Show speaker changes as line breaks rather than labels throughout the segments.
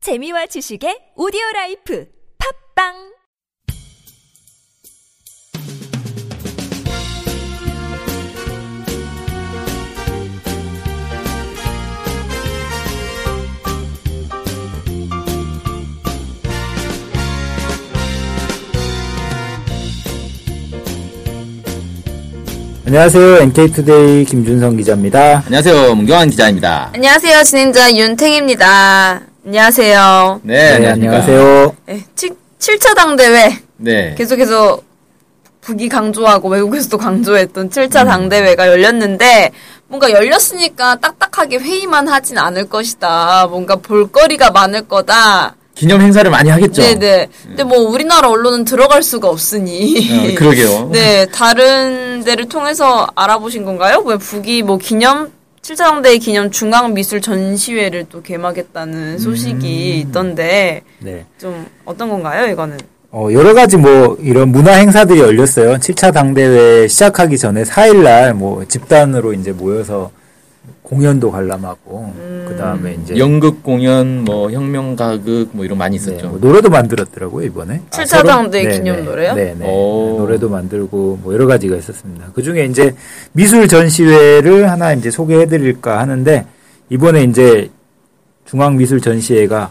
재미와 지식의 오디오 라이프 팝빵
안녕하세요. NK투데이 김준성 기자입니다.
안녕하세요. 문경환 기자입니다.
안녕하세요. 진행자 윤탱입니다. 안녕하세요.
네, 안녕하십니까.
안녕하세요.
네, 7, 차당 대회
네.
계속해서 북이 강조하고 외국에서도 강조했던 7차 당
음.
대회가 열렸는데 뭔가 열렸으니까 딱딱하게 회의만 하진 않을 것이다. 뭔가 볼거리가 많을 거다.
기념 행사를 많이 하겠죠.
네네. 근데 뭐 우리나라 언론은 들어갈 수가 없으니.
어, 그러게요.
네, 다른 데를 통해서 알아보신 건가요? 왜 북이 뭐 기념 7차당대회 기념 중앙미술 전시회를 또 개막했다는 소식이 있던데
네.
좀 어떤 건가요, 이거는?
어, 여러 가지 뭐 이런 문화 행사들이 열렸어요. 7차 당대회 시작하기 전에 4일날 뭐 집단으로 이제 모여서 공연도 관람하고 그다음에 이제
연극 공연, 뭐 혁명 가극 뭐 이런 많이
네, 뭐
있었죠.
노래도 만들었더라고요, 이번에. 아,
칠 7차
서로?
당대회
네,
기념
네,
노래요?
네, 네.
오.
노래도 만들고 뭐 여러 가지가 있었습니다. 그 중에 이제 미술 전시회를 하나 이제 소개해드릴까 하는데 이번에 이제 중앙미술 전시회가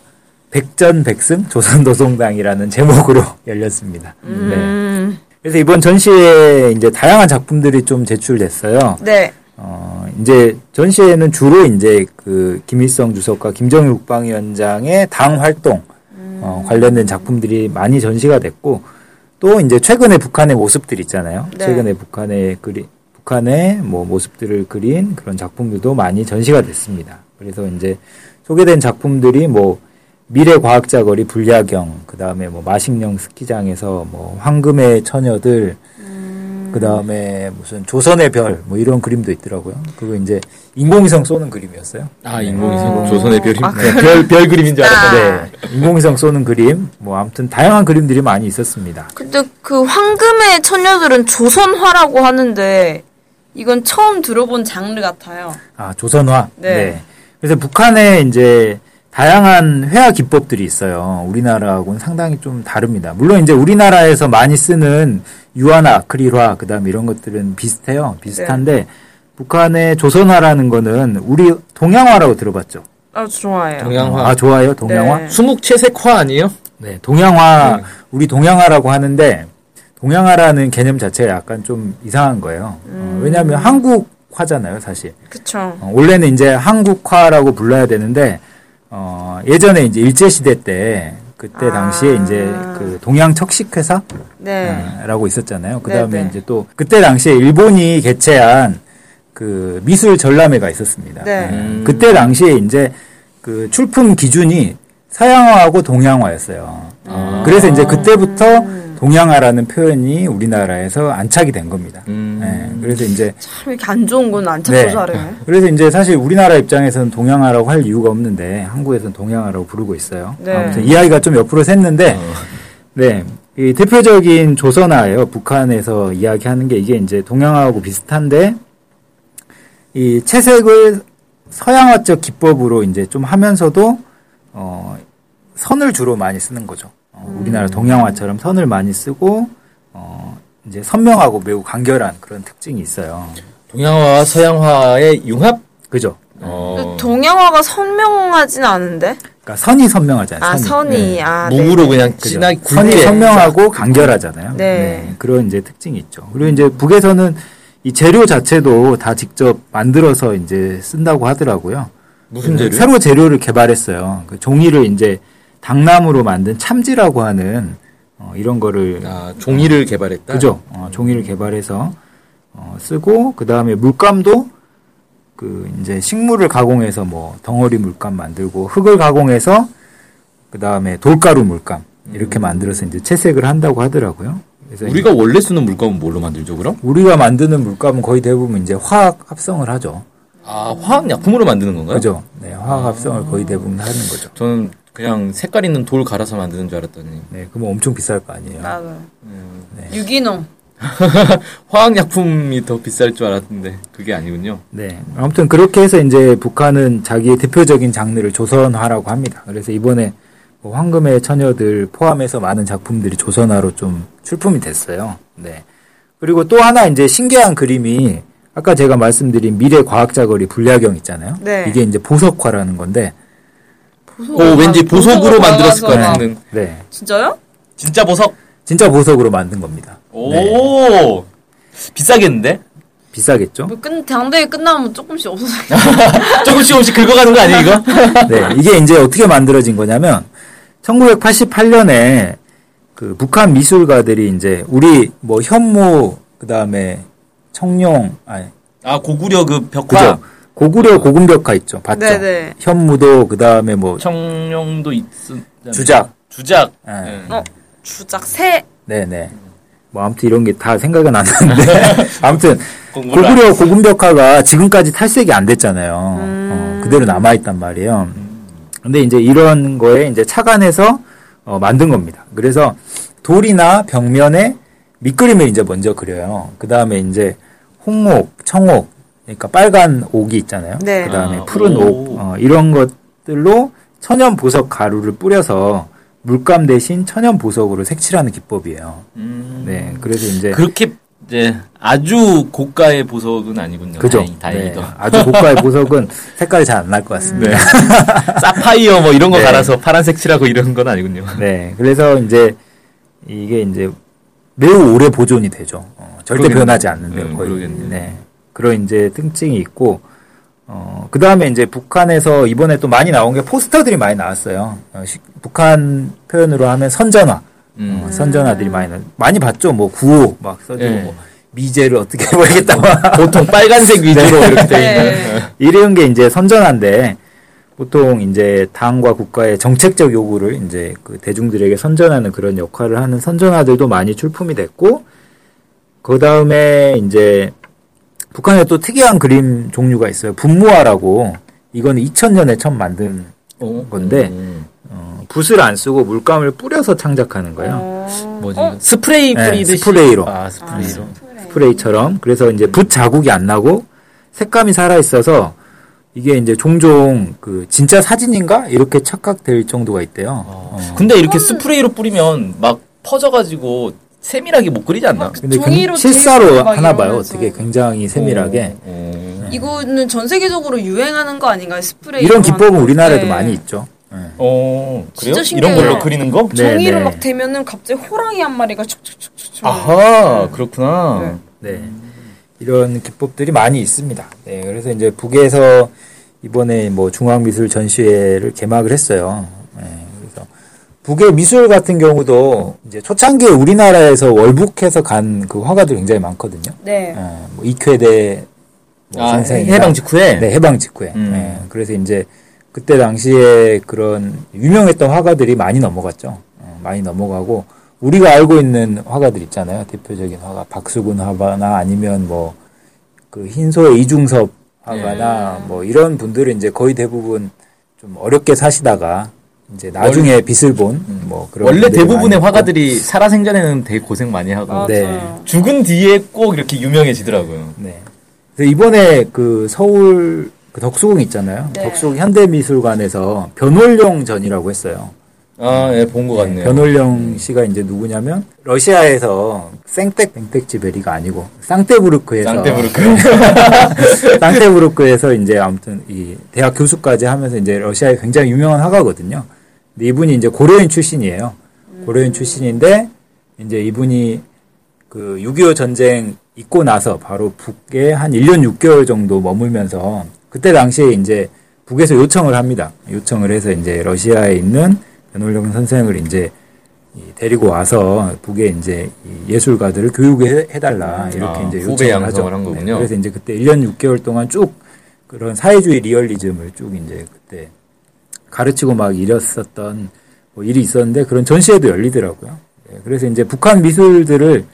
백전백승 조선도송당이라는 제목으로 열렸습니다. 네.
음,
그래서 이번 전시회에 이제 다양한 작품들이 좀 제출됐어요.
네.
어, 이제 전시회는 주로 이제 그 김일성 주석과 김정일 국방위원장의 당 활동 어, 관련된 작품들이 많이 전시가 됐고 또 이제 최근에 북한의 모습들 있잖아요.
네.
최근에 북한의 그리 북한의 뭐 모습들을 그린 그런 작품들도 많이 전시가 됐습니다. 그래서 이제 소개된 작품들이 뭐 미래 과학자 거리 불야경, 그 다음에 뭐 마식령 스키장에서 뭐 황금의 처녀들, 그 다음에 무슨 조선의 별, 뭐 이런 그림도 있더라고요. 그거 이제 인공위성 쏘는 그림이었어요.
아, 인공위성 조선의 별임.
네, 별, 별 그림인 줄
알았어요.
알았는데. 네, 인공위성 쏘는 그림, 뭐 아무튼 다양한 그림들이 많이 있었습니다.
근데 그 황금의 처녀들은 조선화라고 하는데 이건 처음 들어본 장르 같아요.
아, 조선화.
네.
그래서 북한에 이제 다양한 회화 기법들이 있어요. 우리나라하고는 상당히 좀 다릅니다. 물론 이제 우리나라에서 많이 쓰는 유화나 아크릴화 그다음 에 이런 것들은 비슷해요. 비슷한데
네.
북한의 조선화라는 거는 우리 동양화라고 들어봤죠.
아, 좋아요.
네. 동양화.
아, 좋아요. 동양화.
네.
수묵채색화 아니에요?
네, 동양화, 우리 동양화라고 하는데, 동양화라는 개념 자체가 약간 좀 이상한 거예요. 어, 왜냐하면 한국화잖아요, 사실.
그쵸.
어, 원래는 이제 한국화라고 불러야 되는데, 어, 예전에 이제 일제시대 때, 그때
아.
당시에 이제 그 동양 척식회사?
네.
아, 라고 있었잖아요. 그 다음에
네네.
이제 또 그때 당시에 일본이 개최한 그 미술 전람회가 있었습니다.
네.
음.
그때 당시에 이제 그 출품 기준이 서양화하고 동양화였어요.
아.
그래서 이제 그때부터
음.
동양화라는 표현이 우리나라에서 안착이 된 겁니다.
음.
네. 그래서 이제
참 이렇게 안 좋은 건 안 찾고
네.
잘해.
그래서 이제 사실 우리나라 입장에서는 동양화라고 할 이유가 없는데 한국에서는 동양화라고 부르고 있어요.
네.
아무튼 이야기가 좀 옆으로 샜는데, 네. 이 대표적인 조선화예요. 북한에서 이야기하는 게 이게 이제 동양화하고 비슷한데 이 채색을 서양화적 기법으로 이제 좀 하면서도 어 선을 주로 많이 쓰는 거죠. 어, 우리나라 동양화처럼 선을 많이 쓰고 어 이제 선명하고 매우 간결한 그런 특징이 있어요.
동양화와 서양화의 융합?
그죠?
어.
동양화가 선명하진 않은데.
그러니까 선이 선명하잖아요.
아, 선이. 아, 네.
몸으로 그냥
그죠?
진하게
선이
굵게.
선명하고 간결하잖아요.
네.
그런 이제 특징이 있죠. 그리고 이제 북에서는 이 재료 자체도 다 직접 만들어서 이제 쓴다고 하더라고요. 네.
무슨 재료?
새로 재료를 개발했어요. 그 종이를 이제 당나무로 만든 참지라고 하는 어, 이런 거를
아, 종이를 개발했다.
그죠? 어, 종이를 개발해서 어, 쓰고 그 다음에 물감도 그 이제 식물을 가공해서 뭐 덩어리 물감 만들고 흙을 가공해서 그 다음에 돌가루 물감 이렇게 만들어서 이제 채색을 한다고 하더라고요. 그래서
음. 우리가 원래 쓰는 물감은 뭘로 만들죠, 그럼?
우리가 만드는 물감은 거의 대부분 이제 화학 합성을 하죠.
아, 화학 약품으로 만드는 건가요?
그죠? 네,
아.
화학 합성을 거의 대부분 하는 거죠.
저는 그냥 색깔 있는 돌 갈아서 만드는 줄 알았더니.
네, 그럼 엄청 비쌀 거 아니에요.
나도. 유기농.
화학약품이 더 비쌀 줄 알았는데 그게 아니군요.
네. 아무튼 그렇게 해서 이제 북한은 자기의 대표적인 장르를 조선화라고 합니다. 그래서 이번에 뭐 황금의 처녀들 포함해서 많은 작품들이 조선화로 좀 출품이 됐어요. 네. 그리고 또 하나 이제 신기한 그림이 아까 제가 말씀드린 미래 과학자거리 불야경 있잖아요.
네.
이게 이제 보석화라는 건데.
보석.
오, 왠지 아, 보석으로 만들었을 어. 것
박아서.
같은.
네.
진짜요?
진짜 보석.
진짜 보석으로 만든 겁니다.
오,
네.
비싸겠는데?
비싸겠죠?
뭐 끝, 당대회 끝나면 조금씩 없어져.
조금씩 조금씩 긁어가는 거 아니에요, 이거?
네, 이게 이제 어떻게 만들어진 거냐면 1988년에 그 북한 미술가들이 이제 우리 뭐 현무 그다음에 청룡 아니
아, 고구려 그 벽화.
그죠 고구려 고금벽화 있죠 봤죠
네네.
현무도 그다음에 뭐
청룡도 있었
주작
주작.
예.
예.
어, 주작 새.
네네 뭐 아무튼 이런 게 다 생각은 안 나는데 아무튼
공부를 안-
고구려 고금벽화가 지금까지 탈색이 안 됐잖아요.
음.
어, 그대로 남아있단 말이에요. 근데 이제 이런 거에 이제 착안해서 어, 만든 겁니다. 그래서 돌이나 벽면에 밑그림을 이제 먼저 그려요. 그 다음에 이제 홍옥, 청옥, 그러니까 빨간 옥이 있잖아요.
네.
그 다음에
아,
푸른
오.
옥, 어, 이런 것들로 천연 보석 가루를 뿌려서 물감 대신 천연 보석으로 색칠하는 기법이에요.
음.
네. 그래서 이제
그렇게 이제 아주 고가의 보석은 아니군요.
그죠.
다행, 다행히도.
네, 아주 고가의 보석은 색깔이 잘 안 날 것 같습니다.
네. 사파이어 뭐 이런 거
네.
갈아서 파란색 칠하고 이런 건 아니군요.
네. 그래서 이제 이게 이제 매우 오래 보존이 되죠. 어, 절대
그러겠네요.
변하지 않는데요,
네,
거의.
그러겠네요.
네. 그런 이제 특징이 있고, 어, 그 다음에 이제 북한에서 이번에 또 많이 나온 게 포스터들이 많이 나왔어요. 어, 시- 북한 표현으로 하면 선전화.
음.
어, 선전화들이 많이, 나, 많이 봤죠. 뭐, 구호 막 써주고,
네.
뭐 미제를 어떻게 뭐 해버리겠다. 막
보통 빨간색 위주로 이렇게 돼 있는.
네.
이런 게 이제 선전한데 보통 이제 당과 국가의 정책적 요구를 이제 그 대중들에게 선전하는 그런 역할을 하는 선전화들도 많이 출품이 됐고 그 다음에 이제 북한에 또 특이한 그림 종류가 있어요. 분무화라고 이건 2000년에 처음 만든
어,
건데.
음.
어, 붓을 안 쓰고 물감을 뿌려서 창작하는 거예요.
어,
뭐지? 이거? 스프레이
네,
뿌리듯이.
스프레이로.
아, 스프레이로.
스프레이처럼 그래서 이제 붓 자국이 안 나고 색감이 살아 있어서 이게 이제 종종 그 진짜 사진인가 이렇게 착각될 정도가 있대요.
어.
어.
근데 이렇게 스프레이로 뿌리면 막 퍼져가지고 세밀하게 못 그리지
아,
않나?
근데 그-
종이로 돼
실사로
있고 막
하나 봐요.
이러면서.
어떻게 굉장히 세밀하게
오, 오.
이거는 전 세계적으로 유행하는 거 아닌가요? 스프레이.
이런
이런
기법은
거.
우리나라에도
네.
많이 있죠. 예.
어, 그래요?
진짜
이런
신기해요.
걸로 그리는 거?
네,
종이로
네.
막 대면은 갑자기 호랑이 한 마리가 축축축축.
아하, 그렇구나.
네.
네.
음.
이런 기법들이 많이 있습니다. 네, 그래서 이제 북에서 이번에 뭐 중앙미술 전시회를 개막을 했어요. 네, 그래서 북의 미술 같은 경우도 이제 초창기에 우리나라에서 월북해서 간 그 화가들 굉장히 많거든요.
네.
어, 뭐 이쾌대 뭐
아,
선생이나-
해방 직후에?
네, 해방 직후에.
음.
네, 그래서 이제 그때 당시에 그런 유명했던 화가들이 많이 넘어갔죠. 어, 많이 넘어가고 우리가 알고 있는 화가들 있잖아요. 대표적인 화가 박수근 화가나 아니면 뭐 그 흰소의 이중섭 화가나
예.
뭐 이런 분들은 이제 거의 대부분 좀 어렵게 사시다가 이제 나중에 빚을 본 뭐 그런
음. 원래
분들이
대부분의
많이 있고.
화가들이 살아생전에는 되게 고생 많이 하고
맞아요.
네.
죽은 뒤에 꼭 이렇게 유명해지더라고요.
네. 그래서 이번에 그 서울 그 덕수궁 있잖아요.
네.
덕수궁 현대미술관에서 변홀령 전이라고 했어요.
아, 예, 본 것 같네요.
변홀령 씨가 이제 누구냐면 러시아에서 생텍 생텍지베리가 아니고 상테부르크에서
쌍테부르크.
상테부르크에서 이제 아무튼 이 대학 교수까지 하면서 이제 러시아에 굉장히 유명한 화가거든요. 근데 이분이 이제 고려인 출신이에요. 고려인 출신인데 이제 이분이 그 6.25 전쟁 있고 나서 바로 북에 한 1년 6개월 정도 머물면서 그때 당시에 이제 북에서 요청을 합니다. 요청을 해서 이제 러시아에 있는 변홀령 선생을 이제 이 데리고 와서 북에 이제 이 예술가들을 교육해 달라 이렇게
아,
이제 요청을 하죠.
후배
네,
양성을 한 거군요.
그래서 이제 그때 1년 6개월 동안 쭉 그런 사회주의 리얼리즘을 쭉 이제 그때 가르치고 막 이랬었던 뭐 일이 있었는데 그런 전시회도 열리더라고요. 예, 그래서 이제 북한 미술들을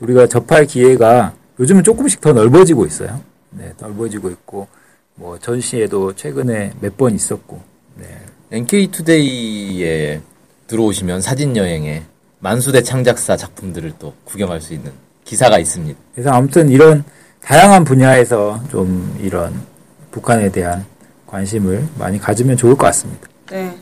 우리가 접할 기회가 요즘은 조금씩 더 넓어지고 있어요. 네, 넓어지고 있고 뭐 전시회도 최근에 몇 번 있었고. 네.
NK투데이에 들어오시면 사진여행에 만수대 창작사 작품들을 또 구경할 수 있는 기사가 있습니다.
그래서 아무튼 이런 다양한 분야에서 좀 이런 북한에 대한 관심을 많이 가지면 좋을 것 같습니다.
네.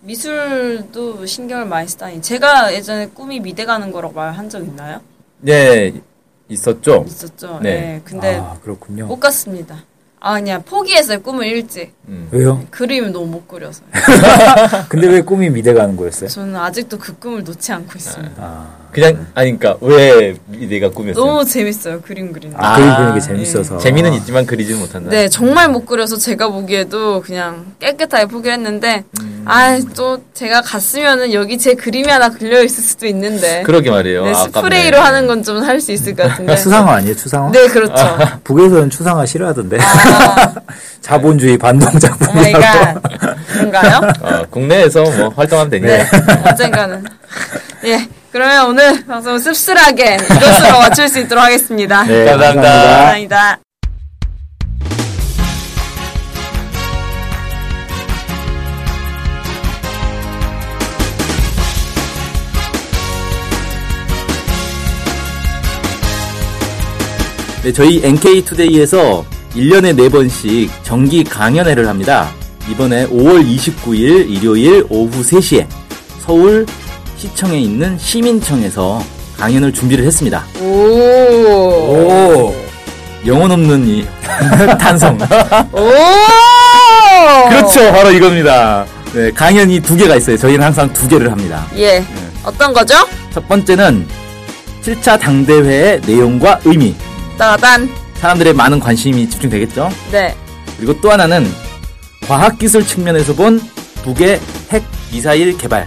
미술도 신경을 많이 쓰다니. 제가 예전에 꿈이 미대 가는 거라고 말한 적 있나요?
예,
네, 있었죠.
있었죠.
네.
네. 근데 뭐
아, 그렇군요.
못 갔습니다. 아, 그냥 포기했어요. 꿈을 일찍.
음.
왜요?
그림을 너무 못 그려서.
근데 왜 꿈이 미대 가는 거였어요?
저는 아직도 그 꿈을 놓지 않고 있습니다.
아,
네.
그냥 아니 그러니까 왜 내가 꾸몄어요?
너무 재밌어요. 그림 그리는. 거.
아,
아,
그림 그리는 게 재밌어서.
재미는 있지만 그리지는 못한다.
네, 정말 못 그려서 제가 보기에도 그냥 깨끗하게 포기했는데,
음.
아, 또 제가 갔으면은 여기 제 그림이 하나 그려 있을 수도 있는데,
그러게 말이에요.
네,
아깝네.
스프레이로 하는 건 좀 할 수 있을 것 같은데.
수상화 아니에요? 추상화?
네, 그렇죠.
북에서는 추상화 싫어하던데.
아, 그러니까.
자본주의 반동
오 마이
작품이라고.
갓. 뭔가요?
아,
어, 국내에서 뭐 활동하면 되니까.
네, 언젠가는. 예, 그러면 오늘 방송은 씁쓸하게 이것으로 마칠 수 있도록 하겠습니다.
네,
감사합니다.
감사합니다.
감사합니다.
네, 저희 NK투데이에서 1년에 4번씩 정기 강연회를 합니다. 이번에 5월 29일 일요일 오후 3시에 서울 시청에 있는 시민청에서 강연을 준비를 했습니다.
오.
오,
영혼 없는 이 탄성.
어.
오.
그렇죠. 바로 이겁니다. 네, 강연이 두 개가 있어요. 저희는 항상 두 개를 합니다.
예. 어떤 거죠?
첫 번째는 7차 당대회의 내용과 의미.
따단.
사람들의 많은 관심이 집중되겠죠.
네.
그리고 또 하나는 과학기술 측면에서 본 북의 핵 미사일 개발.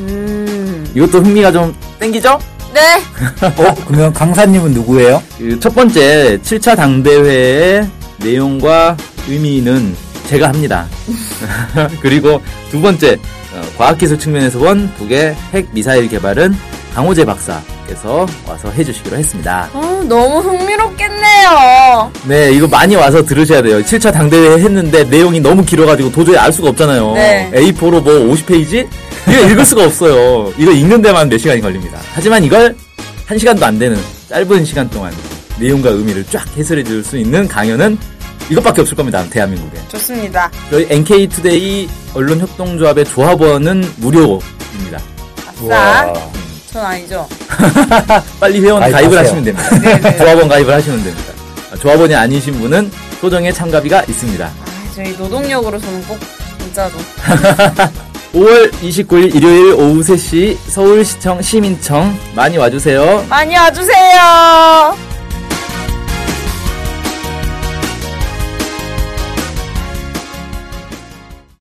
음.
이것도 흥미가 좀 땡기죠?
네.
어, 그러면 강사님은 누구예요?
그첫 번째 7차 당대회의 내용과 의미는 제가 합니다. 그리고 두 번째 어, 과학기술 측면에서 본 북의 핵 미사일 개발은 강호재 박사께서 와서 해주시기로 했습니다.
어, 너무 흥미롭겠네요.
네, 이거 많이 와서 들으셔야 돼요. 7차 당대회 했는데 내용이 너무 길어가지고 도저히 알 수가 없잖아요.
네.
A4로 뭐 50페이지? 이거 읽을 수가 없어요. 이거 읽는 데만 몇 시간이 걸립니다. 하지만 이걸 한시간도안 되는 짧은 시간 동안 내용과 의미를 쫙 해설해 줄 수 있는 강연은 이것밖에 없을 겁니다. 대한민국에.
좋습니다.
저희 NK투데이 언론협동조합의 조합원은 무료입니다.
아싸. 전 아니죠.
빨리 회원
가입하세요. 네,
가입을 하시면 됩니다. 조합원 가입을 하시면 됩니다. 조합원이 아니신 분은 소정의 참가비가 있습니다.
아, 저희 노동력으로 저는 꼭 진짜로.
5월 29일 일요일 오후 3시 서울시청 시민청 많이 와주세요.
많이 와주세요.